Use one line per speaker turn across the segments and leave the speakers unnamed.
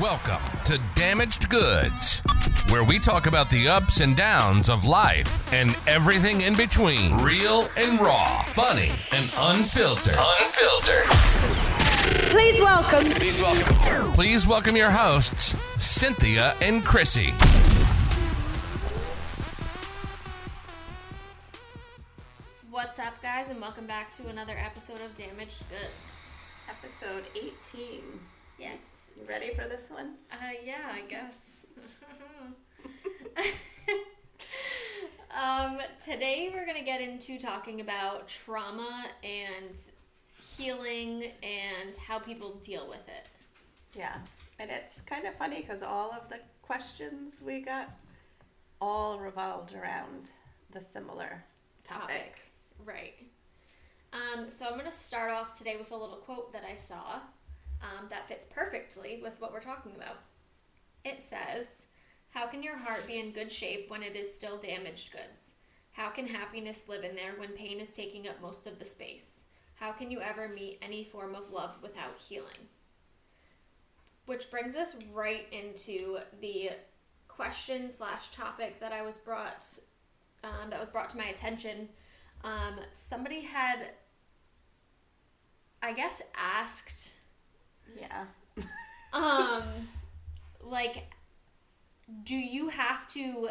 Welcome to Damaged Goods, where we talk about the ups and downs of life and everything in between. Real and raw, funny and unfiltered.
Unfiltered.
Please welcome.
Please welcome your hosts, Cynthia and Chrissy.
What's up, guys, and welcome back to another episode of Damaged Goods.
Episode 18.
Yes.
You ready for this one?
Uh, yeah, I guess. um, today we're gonna get into talking about trauma and healing and how people deal with it.
Yeah. And it's kind of funny because all of the questions we got all revolved around the similar topic.
Right. Um, so I'm gonna start off today with a little quote that I saw um, that fits perfectly with what we're talking about. It says, How can your heart be in good shape when it is still damaged goods? How can happiness live in there when pain is taking up most of the space? How can you ever meet any form of love without healing? Which brings us right into the question slash topic that I was brought um, that was brought to my attention. Um, somebody had, I guess, asked
Yeah.
um like do you have to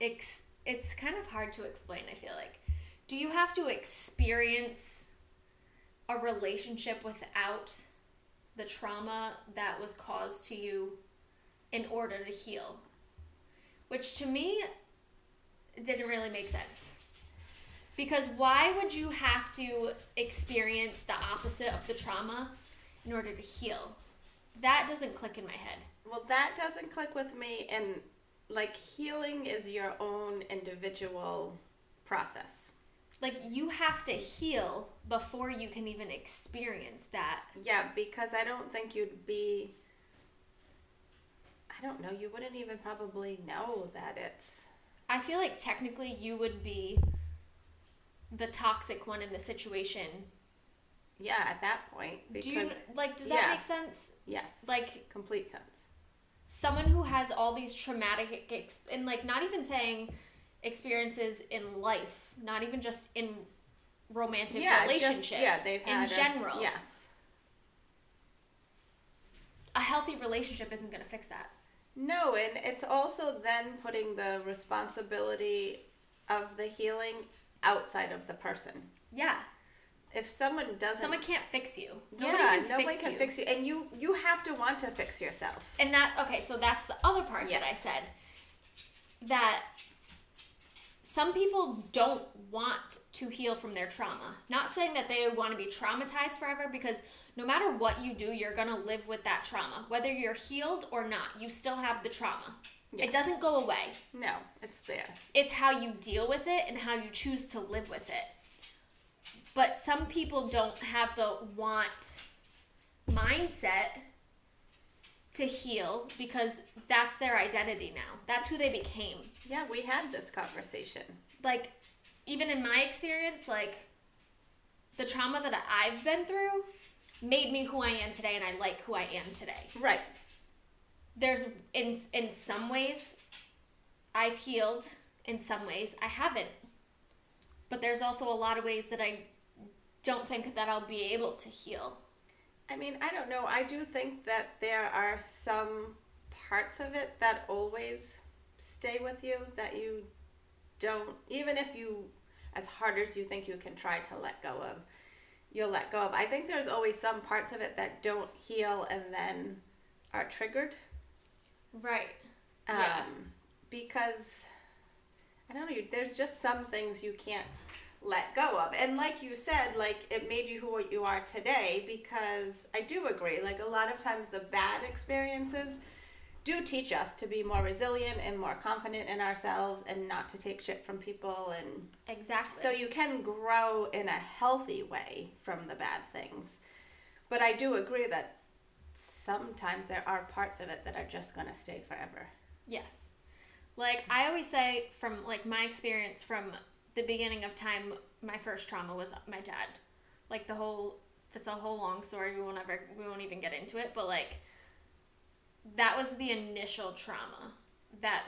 ex- it's kind of hard to explain i feel like do you have to experience a relationship without the trauma that was caused to you in order to heal which to me didn't really make sense because why would you have to experience the opposite of the trauma in order to heal that doesn't click in my head.
Well, that doesn't click with me. And like healing is your own individual process.
Like you have to heal before you can even experience that.
Yeah, because I don't think you'd be. I don't know. You wouldn't even probably know that it's.
I feel like technically you would be the toxic one in the situation.
Yeah, at that point. Because,
Do you like does that make
yes.
sense?
Yes.
Like
complete sense.
someone who has all these traumatic ex- and like not even saying experiences in life, not even just in romantic relationships
Just, yeah, they've
in
had a-
general.
yes.
A healthy relationship isn't going to fix that.
No, and it's also then putting the responsibility of the healing outside of the person.
Yeah.
If someone doesn't,
Someone can't fix you.
yeah,
Nobody can
nobody
fix
can
you.
fix you, and you you have to want to fix yourself.
And that okay, so that's the other part that I
Yes.
said that some people don't want to heal from their trauma. Not saying that they want to be traumatized forever because no matter what you do, you're going to live with that trauma. Whether you're healed or not, you still have the trauma. It
Yes.
doesn't go away.
No, it's there.
It's how you deal with it and how you choose to live with it. But some people don't have the want mindset to heal because that's their identity now. That's who they became.
Yeah, we had this conversation.
Like, even in my experience, like, the trauma that I've been through made me who I am today and I like who I am today.
Right.
there's in in some ways I've healed, in some ways I haven't. But there's also a lot of ways that I don't think that I'll be able to heal.
I mean, I don't know. I do think that there are some parts of it that always stay with you that you don't, even if you, as hard as you think you can try to let go of, you'll let go of. I think there's always some parts of it that don't heal and then are triggered.
Right.
Um,
Yeah.
Because, I don't know, you- there's just some things you can't let go of. And like you said, like it made you who you are today because I do agree. Like a lot of times the bad experiences do teach us to be more resilient and more confident in ourselves and not to take shit from people and
Exactly.
so you can grow in a healthy way from the bad things. But I do agree that sometimes there are parts of it that are just going to stay forever.
Yes. Like I always say from like my experience from the beginning of time my first trauma was my dad. Like the whole that's a whole long story we won't ever we won't even get into it, but like that was the initial trauma that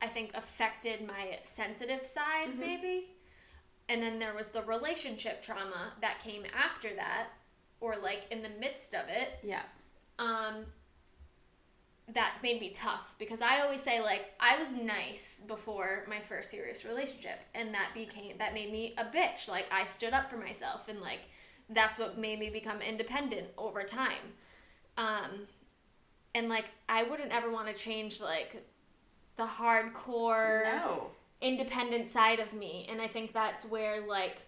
I think affected my sensitive side, maybe. And then there was the relationship trauma that came after that, or like in the midst of it
Yeah.
um, that made me tough because I always say like I was nice before my first serious relationship, and that became that made me a bitch. Like I stood up for myself, and like that's what made me become independent over time. Um, and like I wouldn't ever want to change like the hardcore
No.
independent side of me, and I think that's where like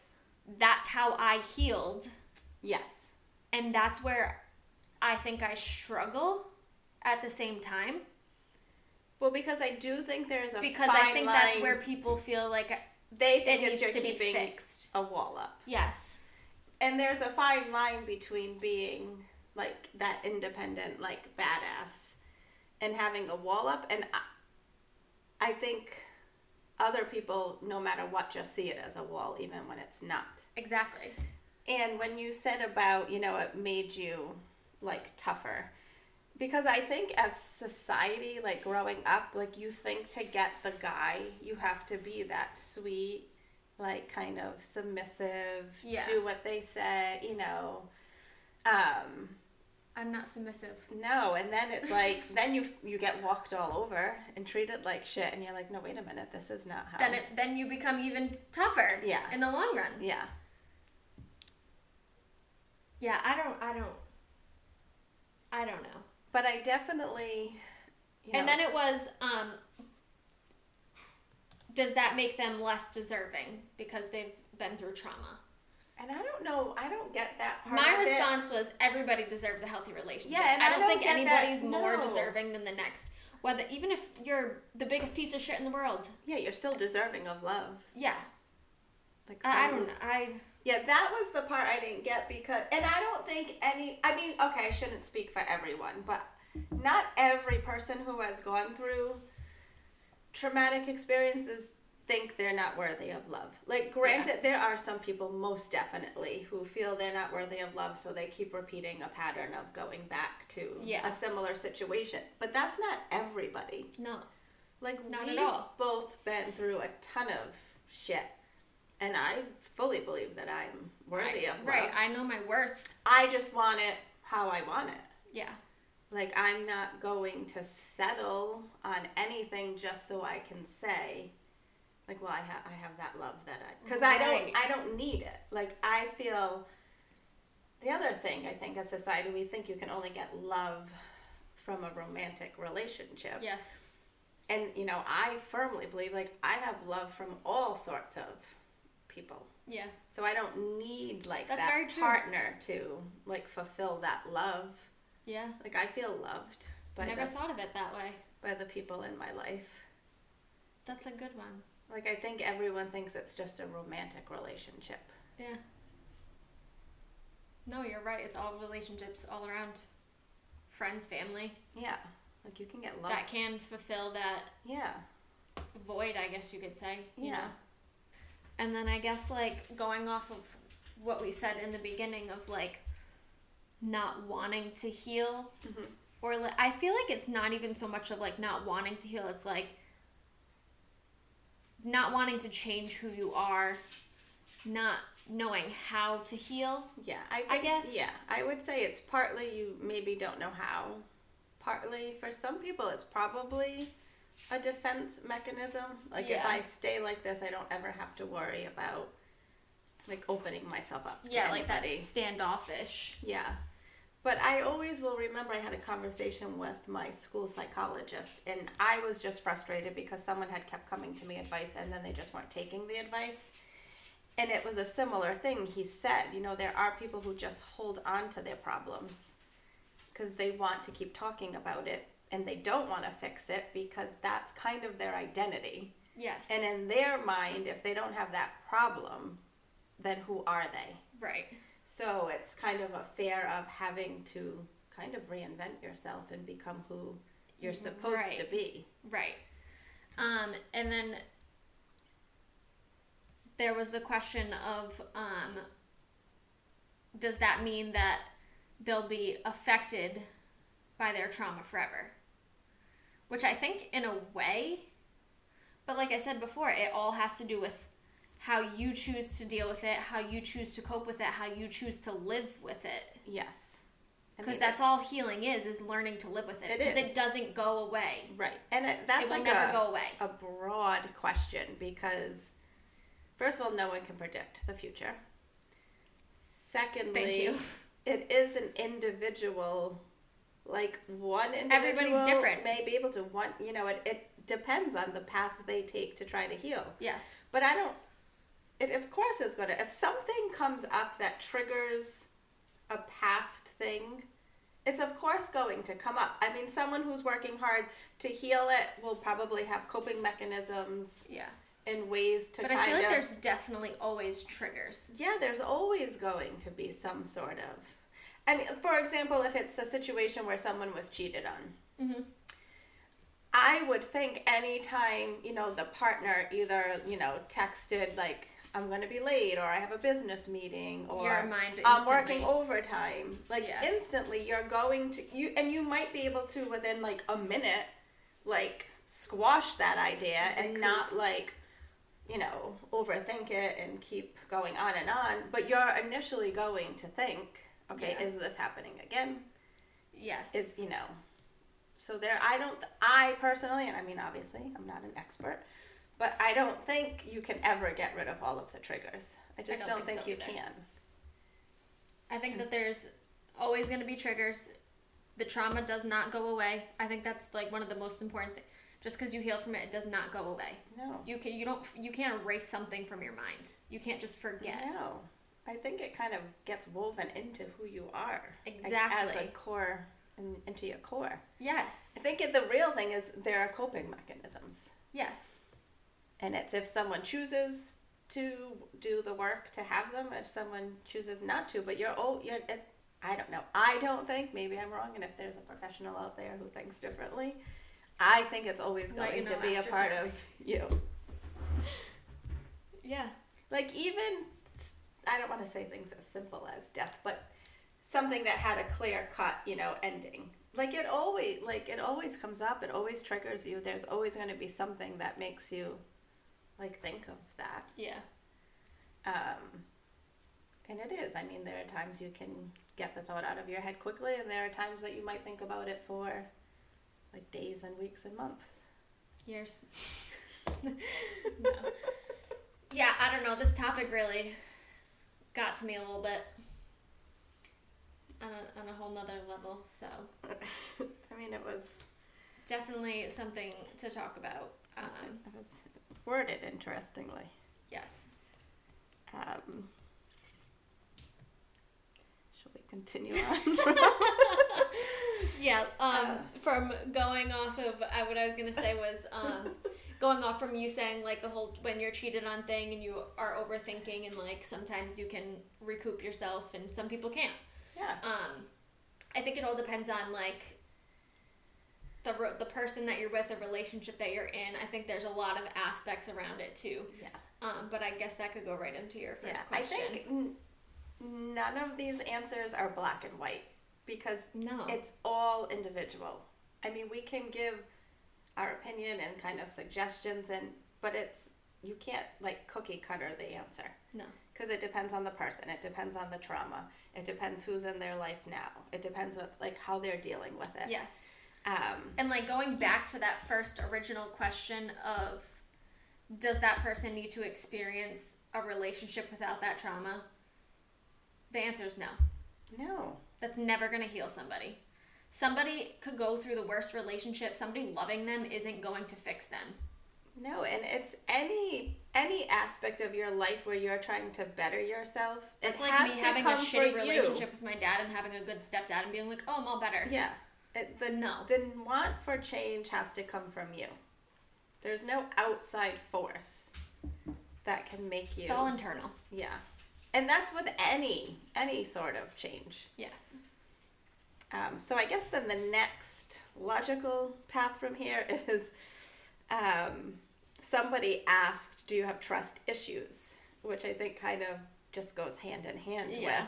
that's how I healed
Yes.
and that's where I think I struggle at the same time
Well, because I do think there's a
because
fine
I think
line.
that's where people feel like
they
it
think
needs
it's you're
to be
keeping
fixed.
a wall up.
Yes,
and there's a fine line between being like that independent like badass and having a wall up and I, I think other people no matter what just see it as a wall even when it's not
exactly.
and when you said about you know it made you like tougher because i think as society like growing up like you think to get the guy you have to be that sweet like kind of submissive
Yeah.
do what they say you know um
I'm not submissive.
no and then it's like then you you get walked all over and treated like shit and you're like no wait a minute this is not how
Then it, then you become even tougher.
Yeah.
in the long run.
yeah
Yeah, I don't, I don't, I don't know.
but i definitely you
And
know,
then it was, um, does that make them less deserving because they've been through trauma?
And I don't know. I don't get that part.
My
of it.
response was everybody deserves a healthy relationship.
Yeah, and
I
I
don't
don't
think
get
anybody's
that,
more
no.
deserving than the next. Whether even if you're the biggest piece of shit in the world.
Yeah, you're still deserving of love.
Yeah.
Like
I, I
some-
don't know. I
Yeah, that was the part I didn't get because, and I don't think any. I mean, okay, I shouldn't speak for everyone, but not every person who has gone through traumatic experiences think they're not worthy of love. Like, granted, there are some people most definitely who feel they're not worthy of love, so they keep repeating a pattern of going back to
Yeah.
a similar situation. But that's not everybody.
no.
Like
Not at
we've
all.
both been through a ton of shit, and I fully believe that I'm worthy
I,
of love.
right. I know my worth.
I just want it how I want it.
Yeah.
Like I'm not going to settle on anything just so I can say, like, well, I have I have that love that I because I
Right.
don't I don't need it. Like I feel. The other thing I think as society we think you can only get love from a romantic relationship
Yes.
and you know i firmly believe like i have love from all sorts of people
Yeah.
so i don't need like
That's
that
very true.
partner to like fulfill that love
Yeah.
like i feel loved
I
by
never
the,
thought of it that way.
by the people in my life
That's a good one.
like i think everyone thinks it's just a romantic relationship
Yeah. No, you're right. It's all relationships all around. Friends, family.
yeah like you can get love
That can fulfill that
yeah
void, I guess you could say. You
Yeah.
Know? And then I guess like going off of what we said in the beginning of like not wanting to heal, or like, I feel like it's not even so much of like not wanting to heal. It's like not wanting to change who you are, not knowing how to heal.
yeah i, think,
guess.
yeah i would say it's partly you maybe don't know how partly for some people it's probably a defense mechanism like
Yeah.
if i stay like this i don't ever have to worry about like opening myself up to
Yeah, like that
anybody.
standoffish.
yeah but i always will remember i had a conversation with my school psychologist and i was just frustrated because someone had kept coming to me advice and then they just weren't taking the advice and it was a similar thing he said you know there are people who just hold on to their problems because they want to keep talking about it and they don't want to fix it because that's kind of their identity
Yes.
and in their mind if they don't have that problem then who are they
right.
so it's kind of a fear of having to kind of reinvent yourself and become who you're supposed to
Mm-hmm. Right.
be.
Right. Um, and then there was the question of um, does that mean that they'll be affected by their trauma forever. Which I think, in a way, but like I said before, it all has to do with how you choose to deal with it, how you choose to cope with it, how you choose to live with it.
Yes. I
Because
mean,
that's
it's-
all healing is, is learning to live with it.
It
Because
is.
it doesn't go away.
Right. And it, that's
It will
like
never
a,
go away.
a broad question because, first of all, no one can predict the future. Secondly,
you.
it is an individual, like one individual.
Everybody's different.
May be able to one. You know, it, it depends on the path they take to try to heal.
Yes.
But I don't. It of course is going to. If something comes up that triggers a past thing, it's of course going to come up. I mean, someone who's working hard to heal it will probably have coping mechanisms
Yeah.
and ways to
But
kind
I feel like
of.
there's definitely always triggers.
Yeah, there's always going to be some sort of. And for example, if it's a situation where someone was cheated on,
Mm-hmm.
I would think anytime, you know, the partner either, you know, texted, like, I'm going to be late, or I have a business meeting, or
Your mind
I'm working
instantly-
overtime, like,
Yeah.
instantly you're going to, you, and you might be able to within like a minute, like, squash that idea and not like, you know, overthink it and keep going on and on. But you're initially going to think, okay,
Yeah.
is this happening again?
Yes.
Is you know, so there. I don't. I personally, and I mean, obviously, I'm not an expert, but I don't think you can ever get rid of all of the triggers. I just
don't
don't,
think
think,
so
you
either.
can.
I think that there's always going to be triggers. The trauma does not go away. I think that's like one of the most important things. Just because you heal from it, it does not go away.
No.
You can you don't you can't erase something from your mind. You can't just forget.
No. I think it kind of gets woven into who you are. like, as a
Exactly.
core, in, into your core.
Yes.
I think it, the real thing is there are coping mechanisms.
Yes.
And it's if someone chooses to do the work to have them, if someone chooses not to, but you're oh, you're, it, I don't know. I don't think, maybe I'm wrong, and if there's a professional out there who thinks differently, I think it's always
Let
going
you
to
know
be a
after
part
therapy.
of you.
Yeah.
Like, even, I don't want to say things as simple as death, but something that had a clear cut, you know, ending. Like it always, like it always comes up. It always triggers you. There's always going to be something that makes you, like, think of that.
Yeah.
Um, and it is. I mean, there are times you can get the thought out of your head quickly, and there are times that you might think about it for like days and weeks and months.
Years. no. Yeah, I don't know. This topic really got to me a little bit on a, on a whole nother level. So.
I mean, it was
definitely something to talk about. Um,
it was worded interestingly.
yes.
Um, shall we continue on?
Yeah. Um,
Uh,
from going off of I, what I was gonna say was um, going off from you saying like the whole when you're cheated on thing and you are overthinking and like sometimes you can recoup yourself and some people can't.
yeah.
Um, I think it all depends on like the ro- the person that you're with, the relationship that you're in. I think there's a lot of aspects around it too.
Yeah.
Um, but I guess that could go right into your first
Yeah. I
question.
think n- none of these answers are black and white because
no.
It's all individual. I mean, we can give our opinion and kind of suggestions and but it's you can't like cookie cutter the answer
no.
because it depends on the person, it depends on the trauma, it depends who's in their life now. It depends with like how they're dealing with it.
Yes.
Um
And like going back to that first original question of does that person need to experience a relationship without that trauma? The answer is no.
no.
That's never going to heal somebody. Somebody could go through the worst relationship. Somebody loving them isn't going to fix them.
No, and it's any any aspect of your life where you're trying to better yourself.
It's
it
like
has
me
to
having a
come for
shitty
you.
relationship with my dad and having a good stepdad and being like, oh, I'm all better.
Yeah. It, the
No.
The want for change has to come from you. There's no outside force that can make you.
It's all internal.
yeah. And that's with any any sort of change.
Yes.
Um, so I guess then the next logical path from here is um, somebody asked, "Do you have trust issues?" Which I think kind of just goes hand in hand
Yeah.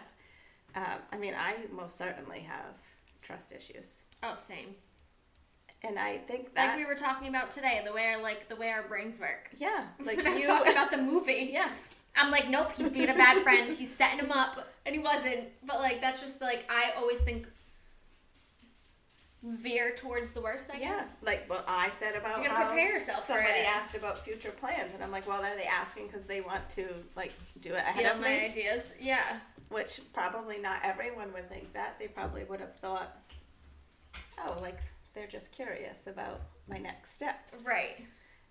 with. Um, I mean, I most certainly have trust issues.
Oh, same.
And I think
Like
that
we were talking about today, the way our, like the way our brains work.
yeah, like
when I was
you
talking about the movie.
yeah.
I'm like, nope, he's being a bad friend. He's setting him up, and he wasn't. But like, that's just like I always think veer towards the worst. I
Yeah,
guess.
like what I said about
You gotta
how
prepare yourself for
Somebody
it.
asked about future plans, and I'm like, well, are they asking because they want to like do it ahead
Steal
of
my
me?
ideas. Yeah.
Which probably not everyone would think that. They probably would have thought, oh, like they're just curious about my next steps.
Right.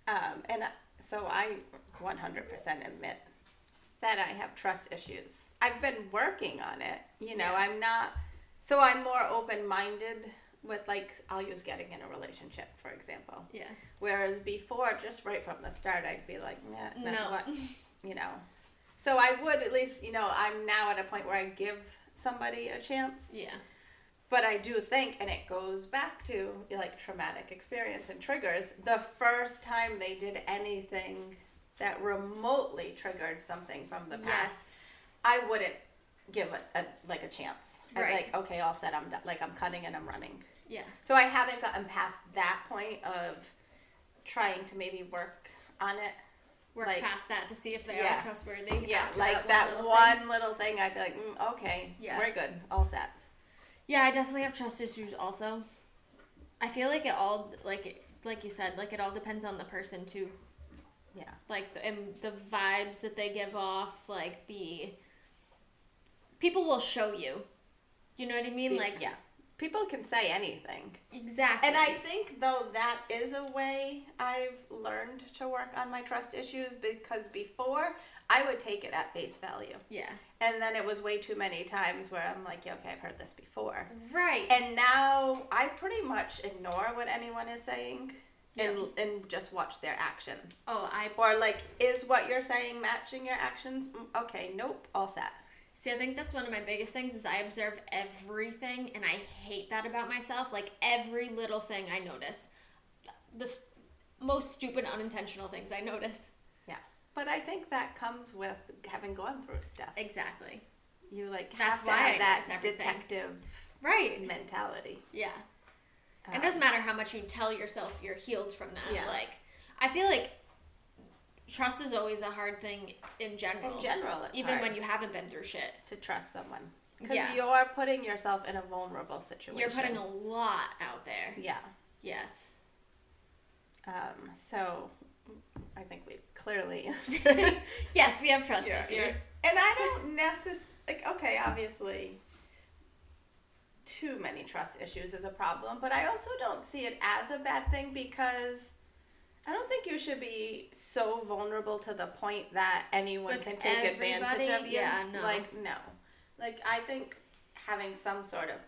Um, and I- so I 100% admit that I have trust issues. I've been working on it. You know,
Yeah.
I'm not, so I'm more open minded with like, I'll use getting in a relationship, for example.
Yeah.
Whereas before, just right from the start, I'd be like, nah, nah,
No.
what, you know. So I would at least, you know, I'm now at a point where I give somebody a chance.
Yeah.
But I do think, and it goes back to like traumatic experience and triggers, the first time they did anything that remotely triggered something from the past,
Yes.
I wouldn't give a, a like a chance. I'd
Right.
like, okay, all set, I'm done. Like I'm cutting and I'm running.
Yeah.
So I haven't gotten past that point of trying to maybe work on it.
Work
Like-
past that to see if they
Yeah.
are trustworthy.
Yeah,
after
like that one,
little thing.
little thing, I'd be like, mm, okay,
Yeah.
we're good, all set.
Yeah, I definitely have trust issues also. I feel like it all like it, like you said, like it all depends on the person too.
Yeah.
Like the, and the vibes that they give off, like the people will show you. You know what I mean? Like
yeah, people can say anything.
exactly.
And I think though that is a way I've learned to work on my trust issues because before I would take it at face value.
yeah
And then it was way too many times where I'm like, yeah, okay, I've heard this before.
right
And now I pretty much ignore what anyone is saying and and just watch their actions.
oh I
Or like, is what you're saying matching your actions? Mm, Okay, nope, all set.
See, I think that's one of my biggest things is I observe everything, and I hate that about myself. Like every little thing I notice, the st- most stupid, unintentional things I notice.
Yeah. But I think that comes with having gone through stuff.
Exactly.
You like
That's
have to
why I
have that
notice everything.
detective
Right.
mentality.
Yeah. it doesn't matter how much you tell yourself you're healed from that.
Um, Yeah.
Like, I feel like trust is always a hard thing in general.
In general, it's
even when
hard
you haven't been through shit,
to trust someone because
Yeah.
you're putting yourself in a vulnerable situation.
you're putting a lot out there.
yeah.
Yes.
Um, so I think we've clearly
Yes, we have trust
Yeah,
issues.
and I don't necessarily like okay, obviously too many trust issues is a problem, but I also don't see it as a bad thing because I don't think you should be so vulnerable to the point that anyone
With
can take advantage
everybody?
of you.
Yeah, no.
Like no. Like I think having some sort of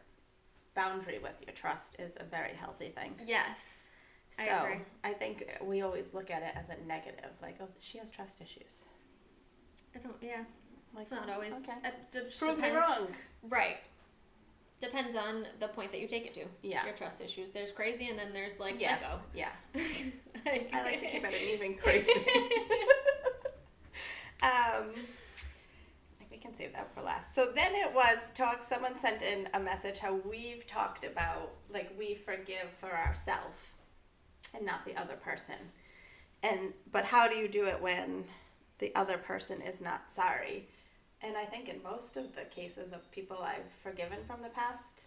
boundary with your trust is a very healthy thing.
Yes.
So
I agree.
I think we always look at it as a negative, like oh she has trust issues.
I don't. Yeah.
Like,
It's not always.
okay.
It just
Prove me
depends.
wrong.
Right. Depends on the point that you take it to.
Yeah.
Your trust issues. There's crazy, and then there's like
Yes.
psycho.
Yeah.
Like-
I like to keep it an even crazy. um, like we can save that for last. So then it was talk. Someone sent in a message how we've talked about like we forgive for ourselves and not the other person. And but how do you do it when the other person is not sorry? And I think in most of the cases of people I've forgiven from the past,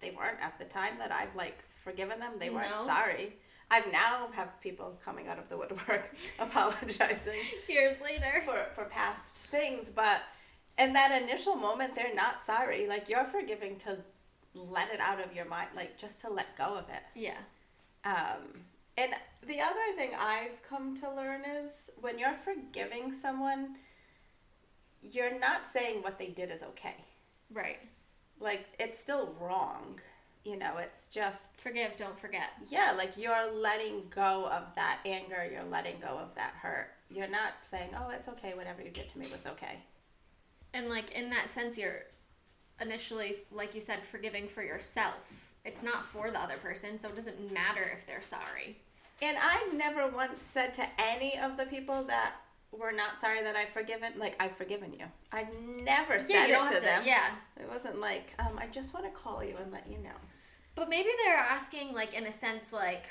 they weren't at the time that I've like forgiven them. They weren't
No.
sorry. I've now have people coming out of the woodwork apologizing
Years later.
for, for past things, but in that initial moment, they're not sorry. Like you're forgiving to let it out of your mind, like just to let go of it.
Yeah.
Um, and the other thing I've come to learn is when you're forgiving someone, you're not saying what they did is okay.
Right.
Like it's still wrong. You know, it's just
Forgive. Don't forget.
yeah, like you're letting go of that anger, you're letting go of that hurt. You're not saying, "Oh, it's okay. Whatever you did to me was okay."
And like in that sense, you're initially, like you said, forgiving for yourself. It's not for the other person, so it doesn't matter if they're sorry.
And I've never once said to any of the people that were not sorry that I've forgiven, like I've forgiven you. I've never said
yeah, you don't
it to
have to.
them.
Yeah.
It wasn't like, um, I just want to call you and let you know.
But maybe they're asking, like, in a sense, like,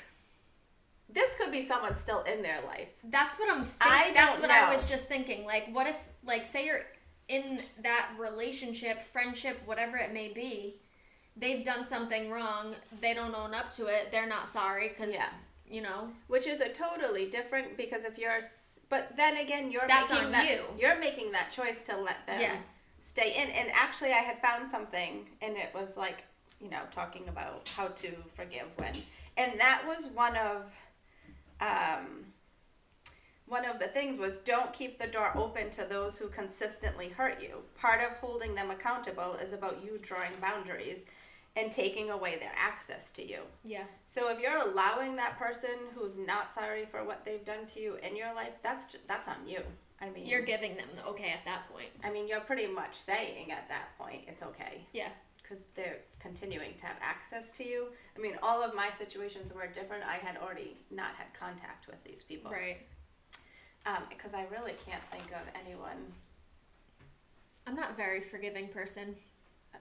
This could be someone still in their life.
that's what I'm
I
thinking. That's
don't
what I
know.
was just thinking. Like, what if, like, say you're in that relationship, friendship, whatever it may be, they've done something wrong, they don't own up to it, they're not sorry, because,
Yeah.
you know,
which is a totally different because if you're s- but then again you're
That's
making
on
that
you.
are making that choice to let them
Yes.
stay in and actually i had found something and it was like you know talking about how to forgive when and that was one of um one of the things was don't keep the door open to those who consistently hurt you. Part of holding them accountable is about you drawing boundaries and taking away their access to you.
yeah.
So if you're allowing that person who's not sorry for what they've done to you in your life, that's ju- that's on you. I mean,
You're giving them the okay at that point.
I mean, you're pretty much saying at that point it's okay
Yeah.
because they're continuing to have access to you. I mean, all of my situations were different. I had already not had contact with these people,
Right.
Because I really can't think of anyone
I'm not a very forgiving person.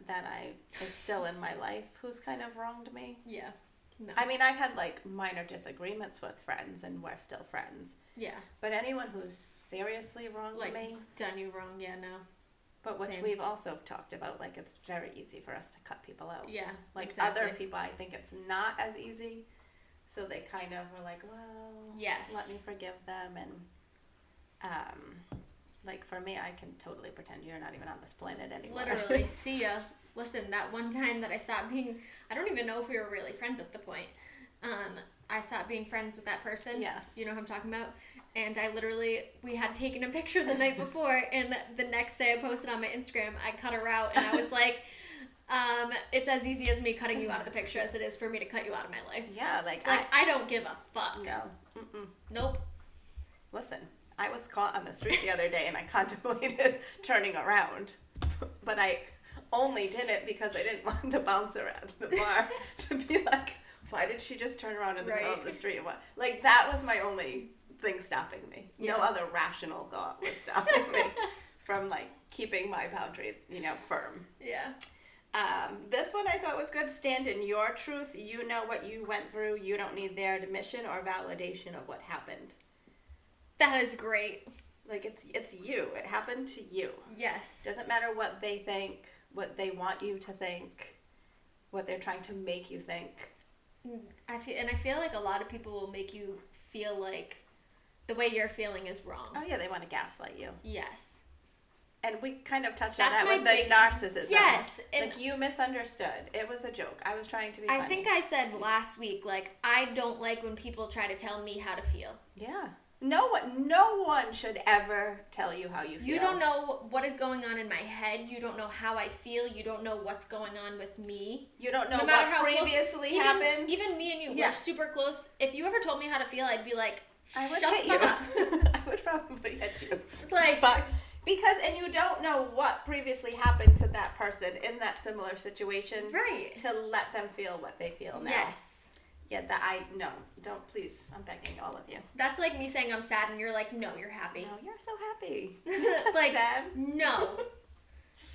that I is still in my life who's kind of wronged me.
Yeah. No.
I mean, I've had like minor disagreements with friends, and we're still friends.
yeah.
But anyone who's seriously wronged
Like
me,
done you wrong. Yeah. No.
But which
Same.
we've also talked about, like it's very easy for us to cut people out.
Yeah.
Like
exactly.
other people, I think it's not as easy. So they kind of were like, well,
Yes.
let me forgive them. And um, like for me, I can totally pretend you're not even on this planet anymore.
Literally. see ya. Listen, that one time that I stopped being, I don't even know if we were really friends at the point. Um, I stopped being friends with that person.
Yes.
You know who I'm talking about? And I literally, we had taken a picture the night before, and the next day I posted on my Instagram, I cut her out, and I was like, um, it's as easy as me cutting you out of the picture as it is for me to cut you out of my life.
yeah, like,
Like, I don't give a
I
fuck.
no. Mm-mm.
Nope.
Listen, I was caught on the street the other day and I contemplated turning around, but I only did it because I didn't want the bouncer at the bar to be like, "Why did she just turn around in the middle of
Right.
the street?" And what? Like that was my only thing stopping me.
Yeah.
No other rational thought was stopping me from like keeping my boundary, you know, firm.
Yeah.
Um, this one I thought was good. Stand in your truth. You know what you went through. You don't need their admission or validation of what happened.
That is great.
Like it's it's you. It happened to you.
Yes.
Doesn't matter what they think, what they want you to think, what they're trying to make you think.
I feel, and I feel like a lot of people will make you feel like the way you're feeling is wrong.
Oh yeah, they want to gaslight you.
Yes.
And we kind of touched
That's
on
my
that with the
big-
narcissism.
Yes, and-
like you misunderstood. It was a joke. I was trying to be.
I
funny.
think I said last week, like, I don't like when people try to tell me how to feel.
Yeah. No one. No one should ever tell you how you feel.
You don't know what is going on in my head. You don't know how I feel. You don't know what's going on with me.
You don't know
No matter
what
how close-
previously
even,
happened.
Even me and you
Yeah.
were super close. If you ever told me how to feel, I'd be like,
I would
shut
hit
the fuck up.
you. I would probably hit you.
Like-
but because and you don't know what previously happened to that person in that similar situation,
Right.
To let them feel what they feel now.
Yes.
Yeah. That I no. Don't please. I'm begging all of you.
That's like me saying I'm sad and you're like, no, you're happy.
No, you're so happy.
like,
Sad.
no.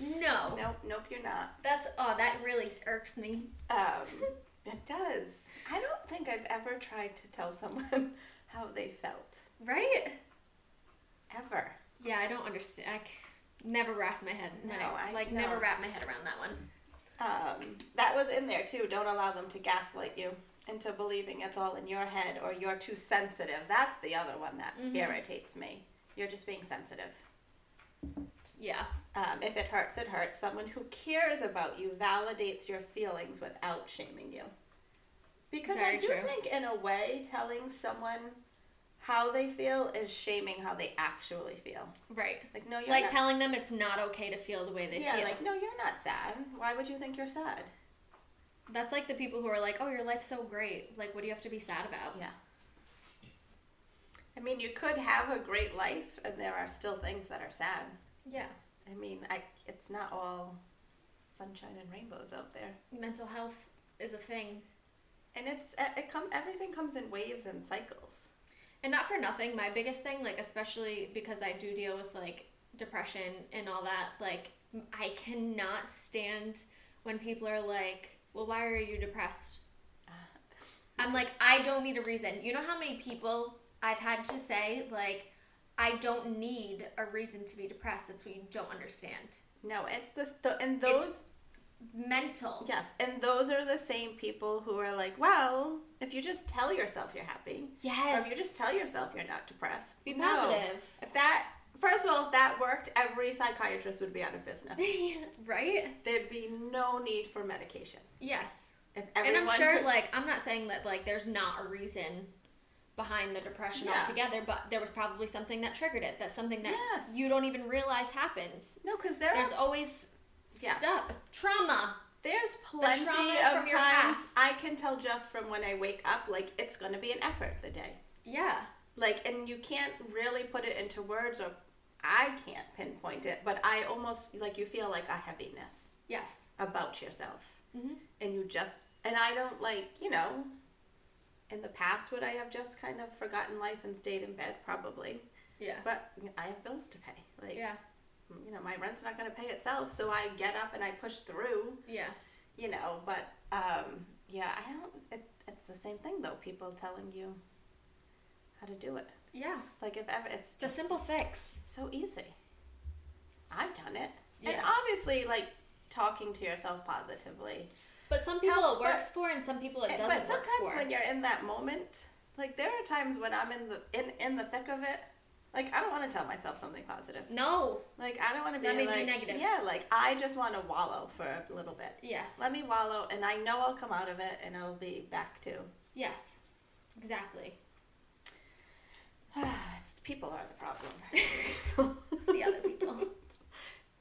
No.
Nope. Nope. You're not.
That's, oh, that really irks me.
Um, it does. I don't think I've ever tried to tell someone how they felt
Right?
ever.
Yeah, I don't understand. I c- never wrap my head.
No,
No,
I-
like
no.
never wrap my head around that one.
Um, that was in there too. Don't allow them to gaslight you into believing it's all in your head or you're too sensitive. That's the other one that
Mm-hmm.
irritates me. You're just being sensitive.
Yeah,
Um, if it hurts, it hurts. Someone who cares about you validates your feelings without shaming you. Because I
Very
do
true.
think, in a way, telling someone how they feel is shaming how they actually feel.
right.
Like, no, you're
like
not.
telling them it's not okay to feel the way they
yeah,
feel.
like, no, you're not sad. Why would you think you're sad?
That's like the people who are like, "Oh, your life's so great. Like, what do you have to be sad about?"
Yeah. I mean, you could have a great life, and there are still things that are sad.
Yeah.
I mean, I, it's not all sunshine and rainbows out there,
Mental health is a thing,
and it's e, it come everything comes in waves and cycles.
and not for nothing. My biggest thing, like especially because I do deal with like depression and all that. Like, m- I cannot stand when people are like, well, why are you depressed? I'm like, I don't need a reason. You know how many people I've had to say, like, I don't need a reason to be depressed. That's what you don't understand.
No, it's this, th- and those,
Mental.
yes, and those are the same people who are like, well, if you just tell yourself you're happy, or
Yes.
if you just tell yourself you're not depressed,
Be
no.
positive.
If that, first of all, if that worked, every psychiatrist would be out of business.
right?
There'd be no need for medication.
Yes.
If everyone
and I'm sure,
could-
like, I'm not saying that, like, there's not a reason behind the depression
Yeah.
altogether, but there was probably something that triggered it. That's something that
Yes.
you don't even realize happens.
no, because there are
There's always
Yes.
stuff, trauma.
There's
trauma
plenty
from
of
your
times
past.
I can tell just from when I wake up, like it's going to be an effort the day.
Yeah.
Like, and you can't really put it into words, or I can't pinpoint it, but I almost like you feel like a heaviness
Yes.
about yourself,
Mhm.
and you just and I don't like you know. In the past, would I have just kind of forgotten life and stayed in bed? Probably,
Yeah.
but I have bills to pay. Like,
yeah.
you know, my rent's not going to pay itself, so I get up and I push through.
Yeah.
you know but um yeah i don't it, it's the same thing though people telling you how to do it
Yeah.
like if ever it's
It's a
just
simple fix.
so easy i've done it and
Yeah.
obviously like talking to yourself positively
But some people
Helps,
it
but-
works for and some people it
And-
doesn't
but sometimes
work for.
when you're in that moment like there are times when i'm in the in, in the thick of it like i don't want to tell myself something positive
no.
like i don't want to be
Let me be
like
negative.
yeah like i just want to wallow for a little bit
Yes.
let me wallow and i know i'll come out of it and i'll be back to
yes. Exactly.
it's the people are the problem.
It's the other people.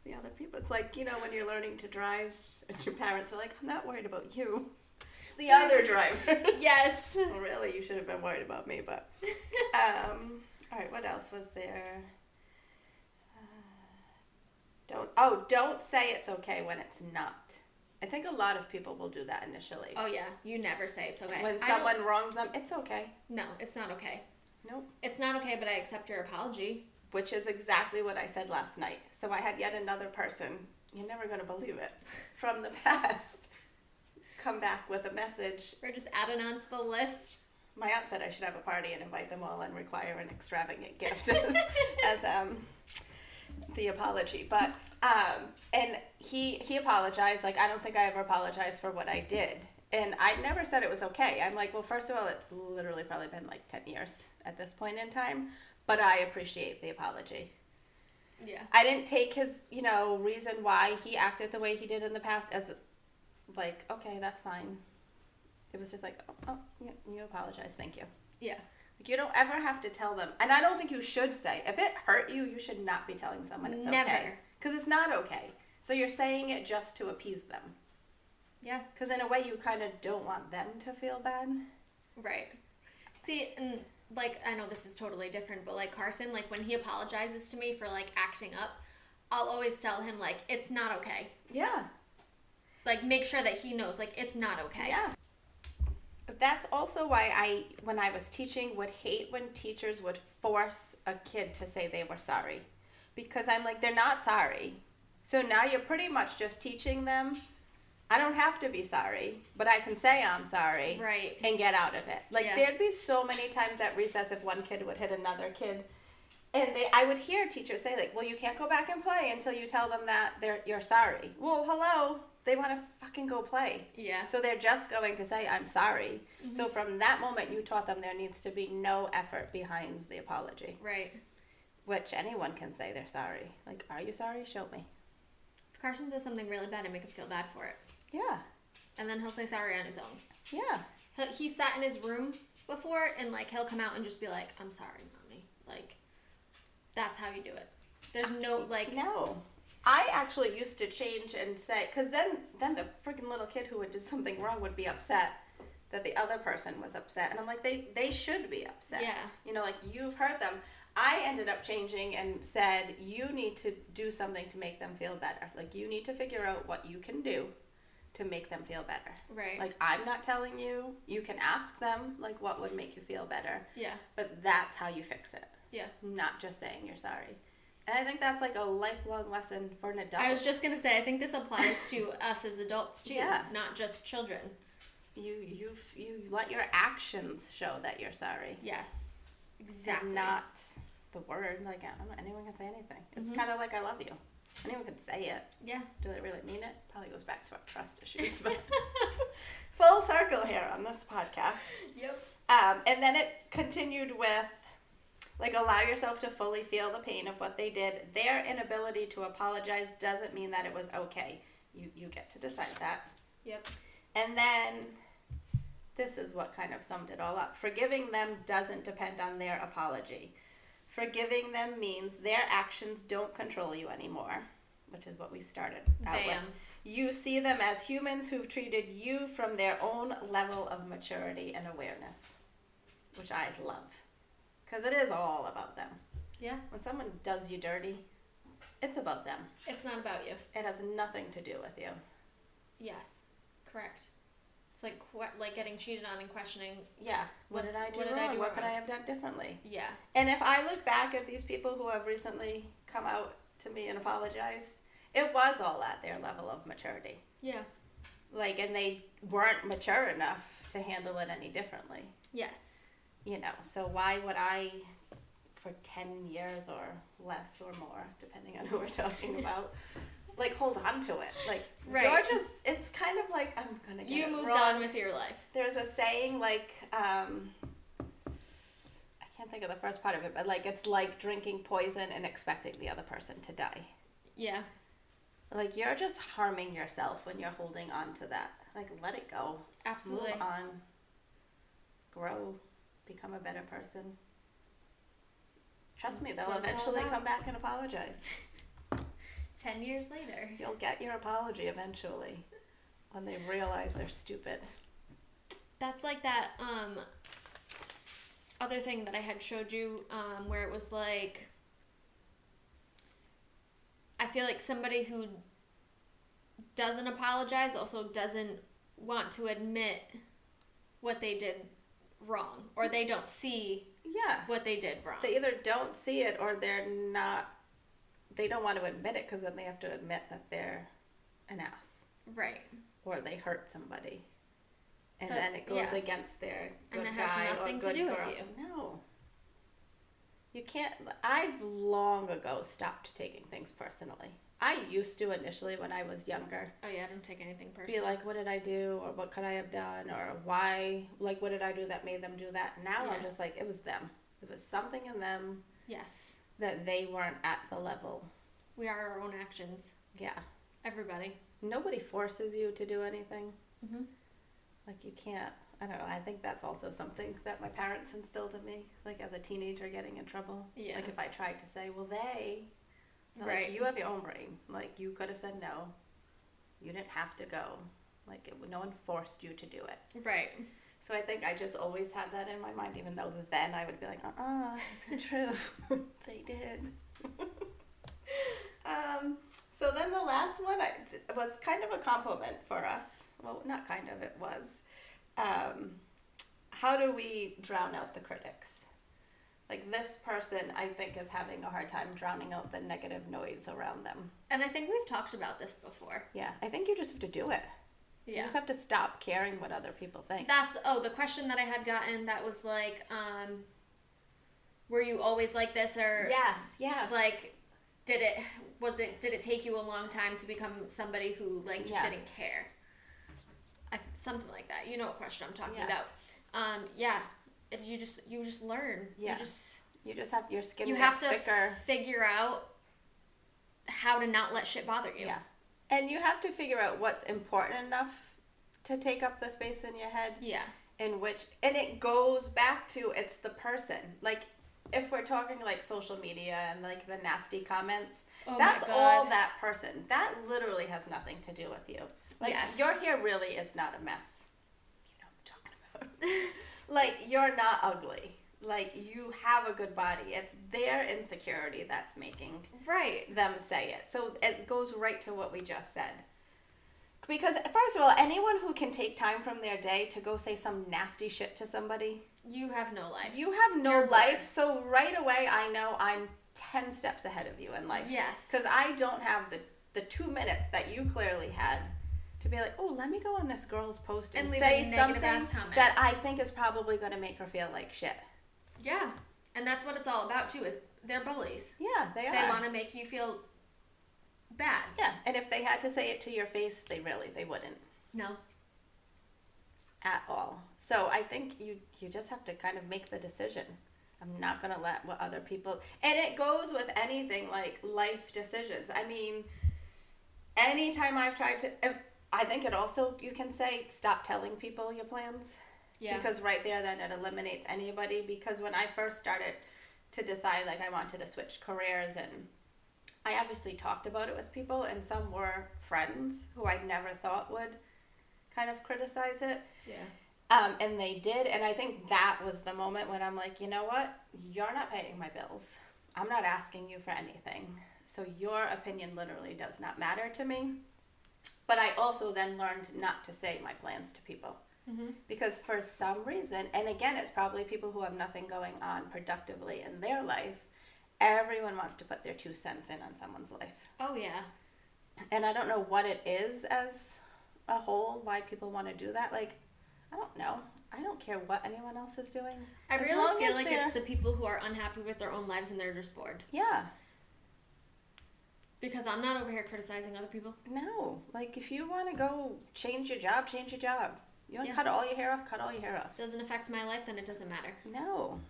the other people. It's like, you know, when you're learning to drive and your parents are like, I'm not worried about you. It's the other driver.
yes.
well, really, you should have been worried about me, but. Um, all right, what else was there? Uh, don't oh, don't say it's okay when it's not. I think a lot of people will do that initially.
Oh yeah. You never say it's okay.
When
I don't-
someone wrongs them, it's okay.
No, it's not okay.
Nope.
It's not okay, but I accept your apology.
which is exactly what I said last night. So I had yet another person, you're never going to believe it, from the past come back with a message.
We're just adding on to the list.
My aunt said I should have a party and invite them all and require an extravagant gift as, as um, the apology. But um, and he he apologized. Like I don't think I ever apologized for what I did. And I never said it was okay. I'm like, well, first of all, it's literally probably been like 10 years at this point in time, but I appreciate the apology.
Yeah.
I didn't take his, you know, reason why he acted the way he did in the past as like, okay, that's fine. It was just like, oh, oh you, you apologize, thank you.
Yeah.
Like you don't ever have to tell them, and I don't think you should say if it hurt you, you should not be telling someone it's okay
Never.
because it's not okay. So you're saying it just to appease them,
Yeah.
because in a way you kind of don't want them to feel bad.
Right. See, and like I know this is totally different, but like Carson, like when he apologizes to me for like acting up, I'll always tell him like it's not okay.
Yeah,
Like make sure that he knows like it's not okay.
Yeah. But that's also why I, when I was teaching, would hate when teachers would force a kid to say they were sorry. Because I'm like, they're not sorry. So now you're pretty much just teaching them, I don't have to be sorry, but I can say I'm sorry
Right.
and get out of it. Like,
Yeah.
there'd be so many times at recess if one kid would hit another kid. And they, I would hear teachers say like, "Well, you can't go back and play until you tell them that they're you're sorry." Well, hello, they want to fucking go play.
Yeah.
So they're just going to say, I'm sorry. So from that moment, you taught them there needs to be no effort behind the apology,
Right.
which anyone can say they're sorry. Like, are you sorry? Show me.
If Carson says something really bad, I make him feel bad for it,
Yeah.
and then he'll say sorry on his own.
Yeah.
He, he sat in his room before, and like he'll come out and just be like, "I'm sorry, mommy." Like that's how you do it. There's no like
No. I actually used to change and say, because then, then the freaking little kid who had did something wrong would be upset that the other person was upset. And I'm like, they, they should be upset.
Yeah.
You know, like, you've hurt them. I ended up changing and said, you need to do something to make them feel better. Like, you need to figure out what you can do to make them feel better.
right.
Like, I'm not telling you. You can ask them, like, what would make you feel better.
yeah,
But that's how you fix it
yeah,
not just saying you're sorry. And I think that's like a lifelong lesson for an adult.
I was just gonna say, I think this applies to us as adults too,
Yeah.
not just children.
you you you let your actions show that you're sorry.
Yes, exactly.
and Not the word. Like I don't know, anyone can say anything. It's
Mm-hmm.
kind of like I love you. Anyone can say it.
Yeah,
Do they really mean it? Probably goes back to our trust issues. But full circle here on this podcast.
yep.
Um, and then it continued with like allow yourself to fully feel the pain of what they did. Their inability to apologize doesn't mean that it was okay. You you get to decide that.
Yep.
And then this is what kind of summed it all up. Forgiving them doesn't depend on their apology. Forgiving them means their actions don't control you anymore, which is what we started out with.
Bam.
You see them as humans who've treated you from their own level of maturity and awareness, which I love. Because it is all about them.
Yeah.
When someone does you dirty, it's about them.
It's not about you.
It has nothing to do with you.
Yes. Correct. It's like que- like getting cheated on and questioning.
Yeah. What
What's-
did I do
what did I
wrong?
do
what could I
wrong?
have done differently?
Yeah.
And if I look back at these people who have recently come out to me and apologized, it was all at their level of maturity.
Yeah.
Like, and they weren't mature enough to handle it any differently,
Yes.
you know. So, why would I, for 10 years or less or more, depending on who we're talking about, like hold on to it? Like,
Right.
you're just, it's kind of like, I'm gonna get
You
it
moved
wrong
on with your life.
there's a saying like um I can't think of the first part of it, but like it's like drinking poison and expecting the other person to die.
Yeah.
Like you're just harming yourself when you're holding on to that. Like let it go.
Absolutely.
Move on. Grow. Become a better person. Trust me,
That's
they'll
what it's all
eventually
about.
come back and apologize.
Ten years later.
You'll get your apology eventually when they realize they're stupid.
That's like that um other thing that I had showed you um where it was like I feel like somebody who doesn't apologize also doesn't want to admit what they did wrong or they don't see
Yeah.
what they did wrong.
they either don't see it or they're not they don't want to admit it because then they have to admit that they're an ass
right.
or they hurt somebody and
So,
then it goes
yeah.
against their good
And it has
guy
nothing
or
to
good
do with
girl.
you.
no you can't i've long ago stopped taking things personally i used to initially when i was younger
Oh yeah, I don't take anything personal.
be like, what did I do, or what could I have done, or why, like, what did I do that made them do that? Now I'm
Yeah.
just like, it was them. It was something in them
yes.
that they weren't at the level.
We are our own actions.
Yeah.
Everybody.
Nobody forces you to do anything.
Mhm.
Like, you can't. I don't know. I think that's also something that my parents instilled in me, like as a teenager getting in trouble.
Yeah.
Like, if I tried to say, well, they, they're
Right.
like, you have your own brain. Like, you could have said no. You didn't have to go. Like, it, no one forced you to do it.
Right.
So I think I just always had that in my mind, even though then I would be like, uh uh it's not true. they did. um, so then the last one I, th- was kind of a compliment for us. Well, not kind of, it was. Um, how do we drown out the critics? Like this person, I think, is having a hard time drowning out the negative noise around them.
And I think we've talked about this before.
Yeah, I think you just have to do it. You
Yeah.
just have to stop caring what other people think.
That's oh, the question that I had gotten that was like, um, were you always like this or
yes, yes.
like did it was it did it take you a long time to become somebody who like just
Yeah.
didn't care? I, something like that. You know what question I'm talking
Yes.
about. Um, yeah. If you just you just learn.
Yeah.
You just
You just have your skin
you
gets
have to
thicker.
figure out how to not let shit bother you.
yeah. And you have to figure out what's important enough to take up the space in your head
Yeah.
in which and it goes back to it's the person. Like if we're talking like social media and like the nasty comments,
Oh my
that's
God.
all that person. That literally has nothing to do with you. Like
Yes.
your hair really is not a mess. You know what I'm talking about. like you're not ugly. Like you have a good body. It's their insecurity that's making
Right.
them say it. So it goes right to what we just said. Because first of all, anyone who can take time from their day to go say some nasty shit to somebody,
You have no life.
you have no
You're
life.
bored.
So right away I know I'm 10 steps ahead of you in life.
Yes.
Because I don't have the, the two minutes that you clearly had to be like, oh, let me go on this girl's post and,
And leave a
say
negative
something
ass comment."
that I think is probably going to make her feel like shit.
Yeah, and that's what it's all about too. Is they're bullies.
Yeah, they,
They
are.
want to make you feel bad.
Yeah, and if they had to say it to your face, they really, they wouldn't
No.
at all. So I think you, you just have to kind of make the decision. I'm not going to let what other people, and it goes with anything like life decisions. I mean, anytime I've tried to, if- I think it also, you can say, stop telling people your plans.
Yeah.
Because right there, then it eliminates anybody. Because when I first started to decide, like, I wanted to switch careers, and I obviously talked about it with people, and some were friends who I never thought would kind of criticize it.
yeah.
Um, and they did. And I think that was the moment when I'm like, you know what? You're not paying my bills. I'm not asking you for anything. So your opinion literally does not matter to me. But I also then learned not to say my plans to people. Because for some reason, and again, it's probably people who have nothing going on productively in their life, everyone wants to put their two cents in on someone's life
Oh yeah.
and I don't know what it is as a whole why people want to do that. Like, I don't know. I don't care what anyone else is doing.
I
As long
really feel
as
like
they're-
it's the people who are unhappy with their own lives and they're just bored.
yeah.
Because I'm not over here criticizing other people.
No, like if you want to go change your job, change your job. You want to
Yeah.
cut all your hair off, cut all your hair off.
Doesn't affect my life, then it doesn't matter.
No.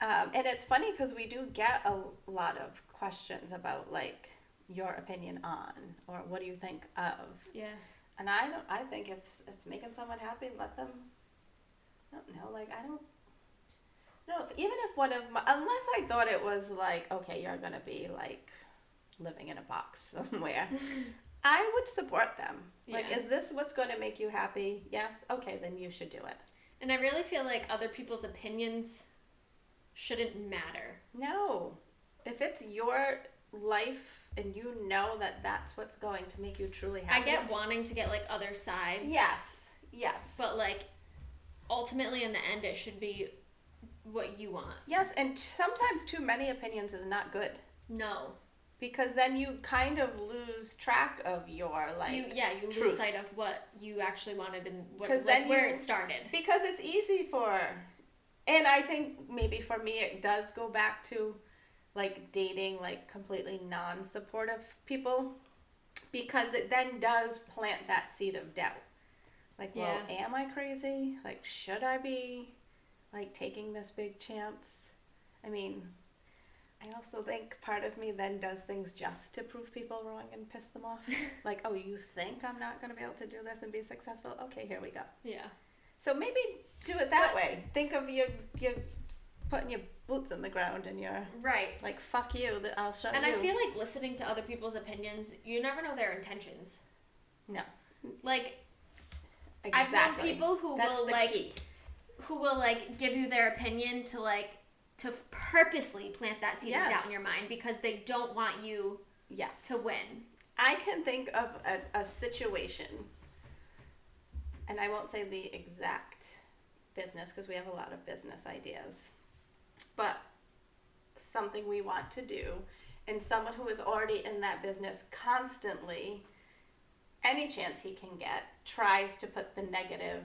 Um, and it's funny because we do get a lot of questions about like your opinion on or what do you think of
Yeah.
And I don't. I think if it's making someone happy, let them. I don't know. Like I don't. No, if, even if one of my, unless I thought it was like, okay, you're gonna be like living in a box somewhere, I would support them. Like,
Yeah.
is this what's gonna make you happy? Yes. Okay, then you should do it.
And I really feel like other people's opinions shouldn't matter.
No, if it's your life and you know that that's what's going to make you truly happy.
I get wanting to get like other sides.
Yes. Yes.
But like ultimately in the end it should be what you want.
yes, and t- sometimes too many opinions is not good.
No.
because then you kind of lose track of your like
You yeah, you lose
truth.
sight of what you actually wanted and what
'Cause
like,
then
where
you-
it started.
because it's easy for and i think maybe for me it does go back to like dating like completely non-supportive people because it then does plant that seed of doubt like well
Yeah.
am i crazy like should i be like taking this big chance i mean I also think part of me then does things just to prove people wrong and piss them off. like, oh, you think I'm not going to be able to do this and be successful? Okay, here we go.
Yeah.
So maybe do it that
But-
way. Think of your your putting your boots in the ground and you're
Right.
like fuck you. That I'll show
And
you.
I feel like listening to other people's opinions, you never know their intentions.
no.
Like I've
Exactly.
known people who
That's
will,
the
like,
key.
who will like give you their opinion to like to purposely plant that seed
Yes.
of doubt in your mind because they don't want you
yes.
to win.
I can think of a, a situation, and I won't say the exact business because we have a lot of business ideas, but something we want to do, and someone who is already in that business constantly, any chance he can get, tries to put the negative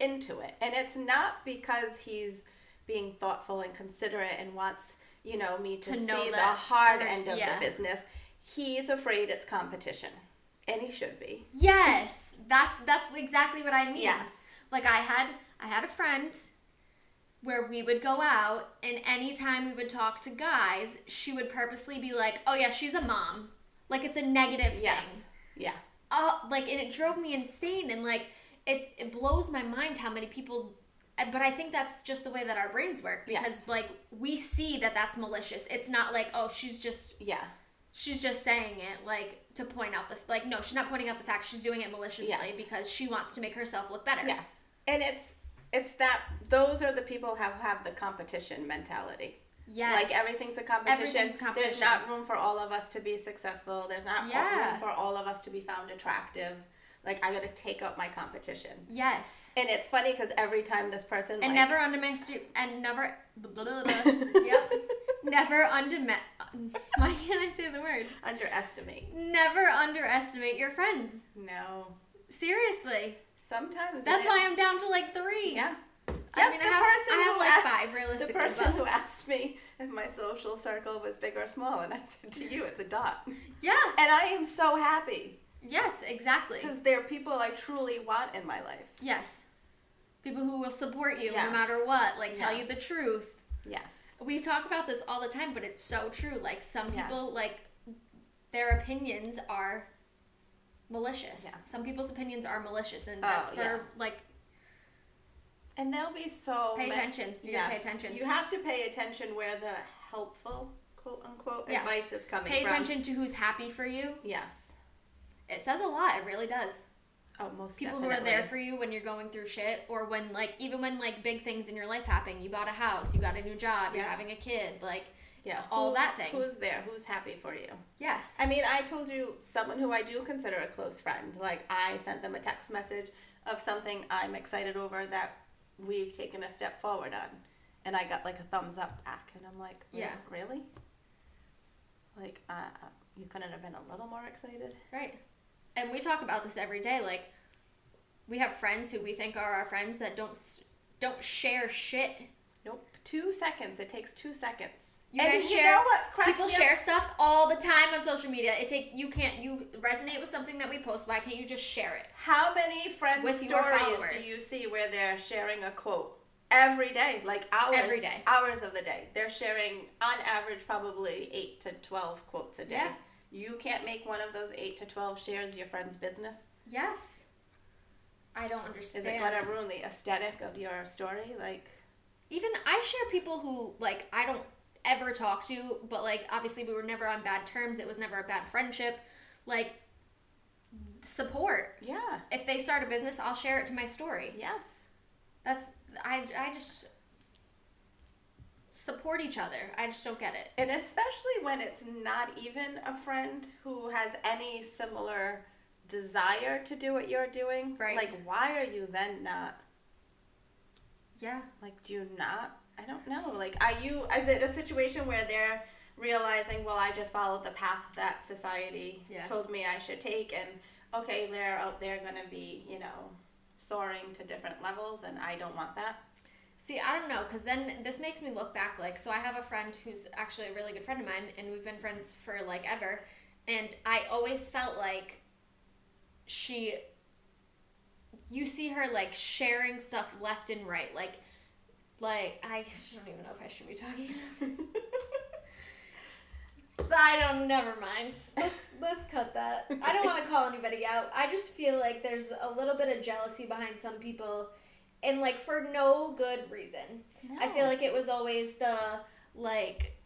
into it. And it's not because he's being thoughtful and considerate and wants, you know, me to,
To
see
know
the
that-
hard
or-
end of
yeah.
the business. He's afraid it's competition. And he should be.
Yes, that's that's exactly what I mean.
Yes.
Like I had I had a friend where we would go out and anytime we would talk to guys, she would purposely be like, "Oh yeah, she's a mom." Like it's a negative
Yes.
thing.
Yeah.
Oh, like and it drove me insane and like it it blows my mind how many people eh, but I think that's just the way that our brains work because
Yes.
like we see that that's malicious. It's not like, "Oh, she's just
Yeah.
she's just saying it like to point out the like no she's not pointing out the fact she's doing it maliciously
Yes.
because she wants to make herself look better
Yes. And it's it's that those are the people who have, have the competition mentality.
yes
Like everything's a competition.
Everything's a
There's
competition.
not room for all of us to be successful. There's not all-
Yeah.
room for all of us to be found attractive. Like I gotta take up my competition.
yes
And it's funny because every time this person
and
like,
never underestimate and never blah, blah, blah. yep Never undermet. Why can't I say the word?
Underestimate.
Never underestimate your friends.
No.
Seriously.
Sometimes.
That's
it-
why I'm down to like three.
Yeah.
I
Yes,
mean,
the
I have,
person
I have
who
like
asked,
five
The
realistically.
person
but-
who asked me if my social circle was big or small, and I said to you, it's a dot. And
Yeah.
I am so happy
Yes, exactly.
because they're people I truly want in my life.
Yes. People who will support you no
Yes.
matter what, like tell
Yeah.
you the truth.
Yes.
We talk about this all the time, but it's so true. Like some
Yeah.
people like their opinions are malicious.
Yeah.
Some people's opinions are malicious and
Oh,
that's for
yeah.
like
And there'll be so.
Pay
ma-
attention. You gotta pay attention.
You have to pay attention where the helpful, quote unquote,
Yes.
advice is coming
pay
from.
attention to who's happy for you.
Yes.
It says a lot, it really does.
Oh, most
People who
definitely.
are there for you when you're going through shit or when like even when like big things in your life happen, you bought a house, you got a new job, you're
Yeah.
having a kid, like
yeah.
all
Who's-
that thing.
Who's there? Who's happy for you?
yes.
I mean, I told you someone who I do consider a close friend. Like, I sent them a text message of something I'm excited over that we've taken a step forward on. And I got like a thumbs up back. And I'm like, "Re-
Yeah.
Really? Like, uh, uh, you couldn't have been a little more excited?
Right. And we talk about this every day. Like, we have friends who we think are our friends that don't s- don't share shit.
Nope. Two seconds. It takes two seconds.
You
and
guys
you
share.
know what cracks
people
me up?
share stuff all the time on social media. It take you can't you resonate with something that we post. Why can't you just share it?
How many friends'
With your
stories
followers.
do you see where they're sharing a quote every day, like hours,
Every day.
hours of the day? They're sharing, on average, probably eight to twelve quotes a day.
Yeah.
You can't make one of those eight to twelve shares your friend's business.
Yes. I don't understand.
Is it going to ruin the aesthetic of your story? Like,
Even I share people who like I don't ever talk to, but like obviously we were never on bad terms. It was never a bad friendship. Like support.
yeah,
If they start a business, I'll share it to my story.
yes,
That's I I just support each other. I just don't get it.
and especially when it's not even a friend who has any similar desire to do what you're doing.
Right.
Like, why are you then not?
Yeah.
Like, do you not? I don't know. Like, are you? Is it a situation where they're realizing, well, I just followed the path that society
Yeah.
told me I should take, and okay, they're out there going to be, you know, soaring to different levels, and I don't want that.
See, I don't know cuz then this makes me look back like so I have a friend who's actually a really good friend of mine and we've been friends for like ever and I always felt like she you see her like sharing stuff left and right like like I don't even know if I should be talking about this. I don't never mind. Let's let's cut that. I don't want to call anybody out. I just feel like there's a little bit of jealousy behind some people and like for no good reason. I feel
No.
like it was always the like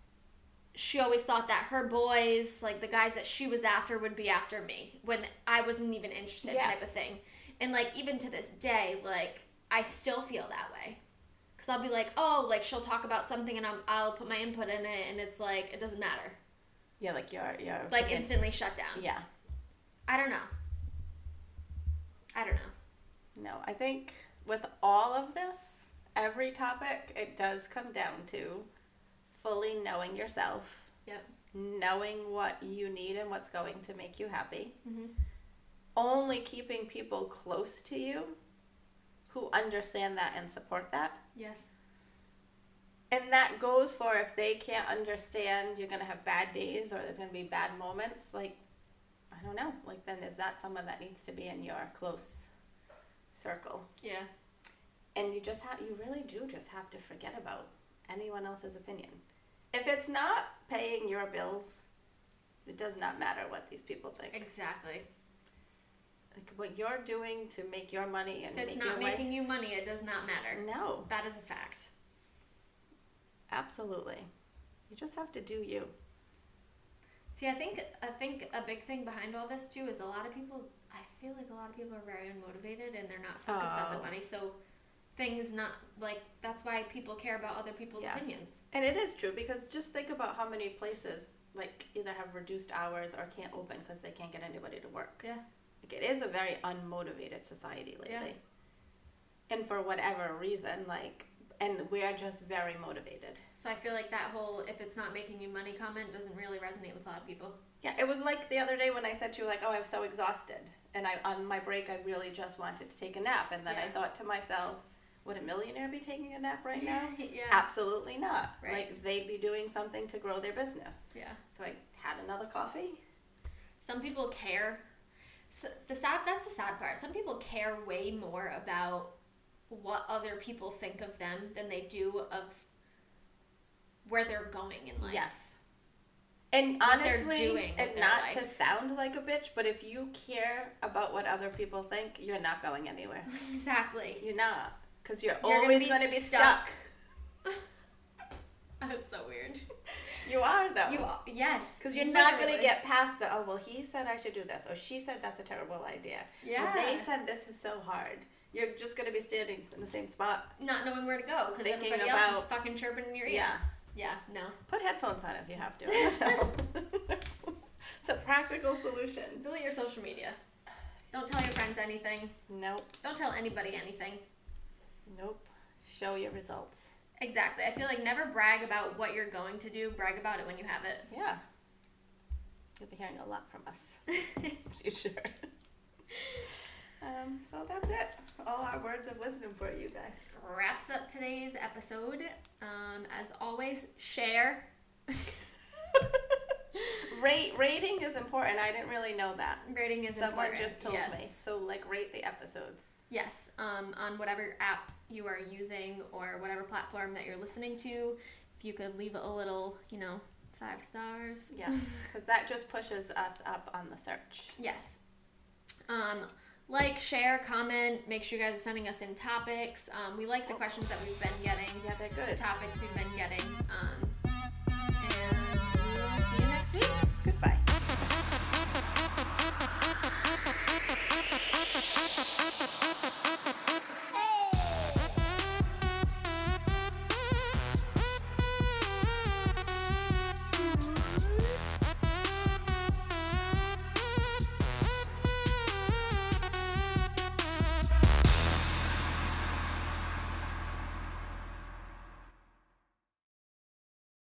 she always thought that her boys, like the guys that she was after, would be after me when I wasn't even interested,
Yeah.
type of thing. And like even to this day, like I still feel that way. Cause I'll be like, oh, like she'll talk about something and I'm, I'll put my input in it, and it's like it doesn't matter.
Yeah, like your your
Like
opinion.
instantly shut down.
Yeah.
I don't know. I don't know.
No, I think with all of this, every topic, it does come down to fully knowing yourself.
Yep.
knowing what you need and what's going to make you happy,
Mhm.
only keeping people close to you who understand that and support that.
Yes.
And that goes for if they can't understand, you're going to have bad days or there's going to be bad moments. Like, I don't know. Like, then is that someone that needs to be in your close circle?
Yeah.
and you just have you really do just have to forget about anyone else's opinion if it's not paying your bills it does not matter what these people think
Exactly.
like what you're doing to make your money and
If it's
make
not
your
making you money, it does not matter.
life, no
That is a fact.
absolutely you just have to do you
See, I think I think a big thing behind all this too is a lot of people. I feel like a lot of people are very unmotivated and they're not focused on the
Oh.
money. So things not like that's why people care about other people's
Yes.
opinions.
and it is true because just think about how many places like either have reduced hours or can't open because they can't get anybody to work
Yeah,
Like it is a very unmotivated society
Yeah.
lately. And for whatever reason, like and we are just very motivated.
So I feel like that whole if it's not making you money comment doesn't really resonate with a lot of people.
Yeah, it was like the other day when I said to you, like, oh, I'm so exhausted. And I, on my break, I really just wanted to take a nap. And then I
Yeah.
thought to myself, would a millionaire be taking a nap right now?
Yeah.
Absolutely not.
Right.
Like, they'd be doing something to grow their business.
Yeah.
So I had another coffee.
Some people care. So the sad that's the sad part. Some people care way more about what other people think of them than they do of where they're going in life.
Yes. And
they're
honestly,
doing with
and
their
not
life.
to sound like a bitch, but if you care about what other people think, you're not going anywhere.
Exactly.
You're not. Because you're,
gonna
always
be
going to be
stuck.
stuck.
That was so weird.
You are, though.
You are- yes.
Because Uh, you're not going to
literally.
get past the, oh, well, he said I should do this, or she said that's a terrible idea.
Yeah.
Well, they said this is so hard. You're just going to be standing in the same spot.
not knowing where to go because
Thinking
everybody else is
about-
fucking chirping in your ear.
Yeah.
Yeah. No.
Put headphones on if you have to. I don't know. it's a practical solution.
Delete your social media. Don't tell your friends anything.
Nope.
Don't tell anybody anything.
Nope. Show your results.
Exactly. I feel like never brag about what you're going to do. Brag about it when you have it.
Yeah. You'll be hearing a lot from us. you sure? um, so that's it. All our words of wisdom for you guys.
Wraps up today's episode. Um, as always, share.
Rate rating is important. I didn't really know that.
Rating is
Someone
important.
just told
yes.
me. So like rate the episodes.
Yes, um, on whatever app you are using or whatever platform that you're listening to, if you could leave a little, you know, five stars.
Yeah, because that just pushes us up on the search.
Yes. Um, like, share, comment. Make sure you guys are sending us in topics. Um, we like the questions that we've been getting,
Yeah, they're
the
good.
topics we've been getting. Um, and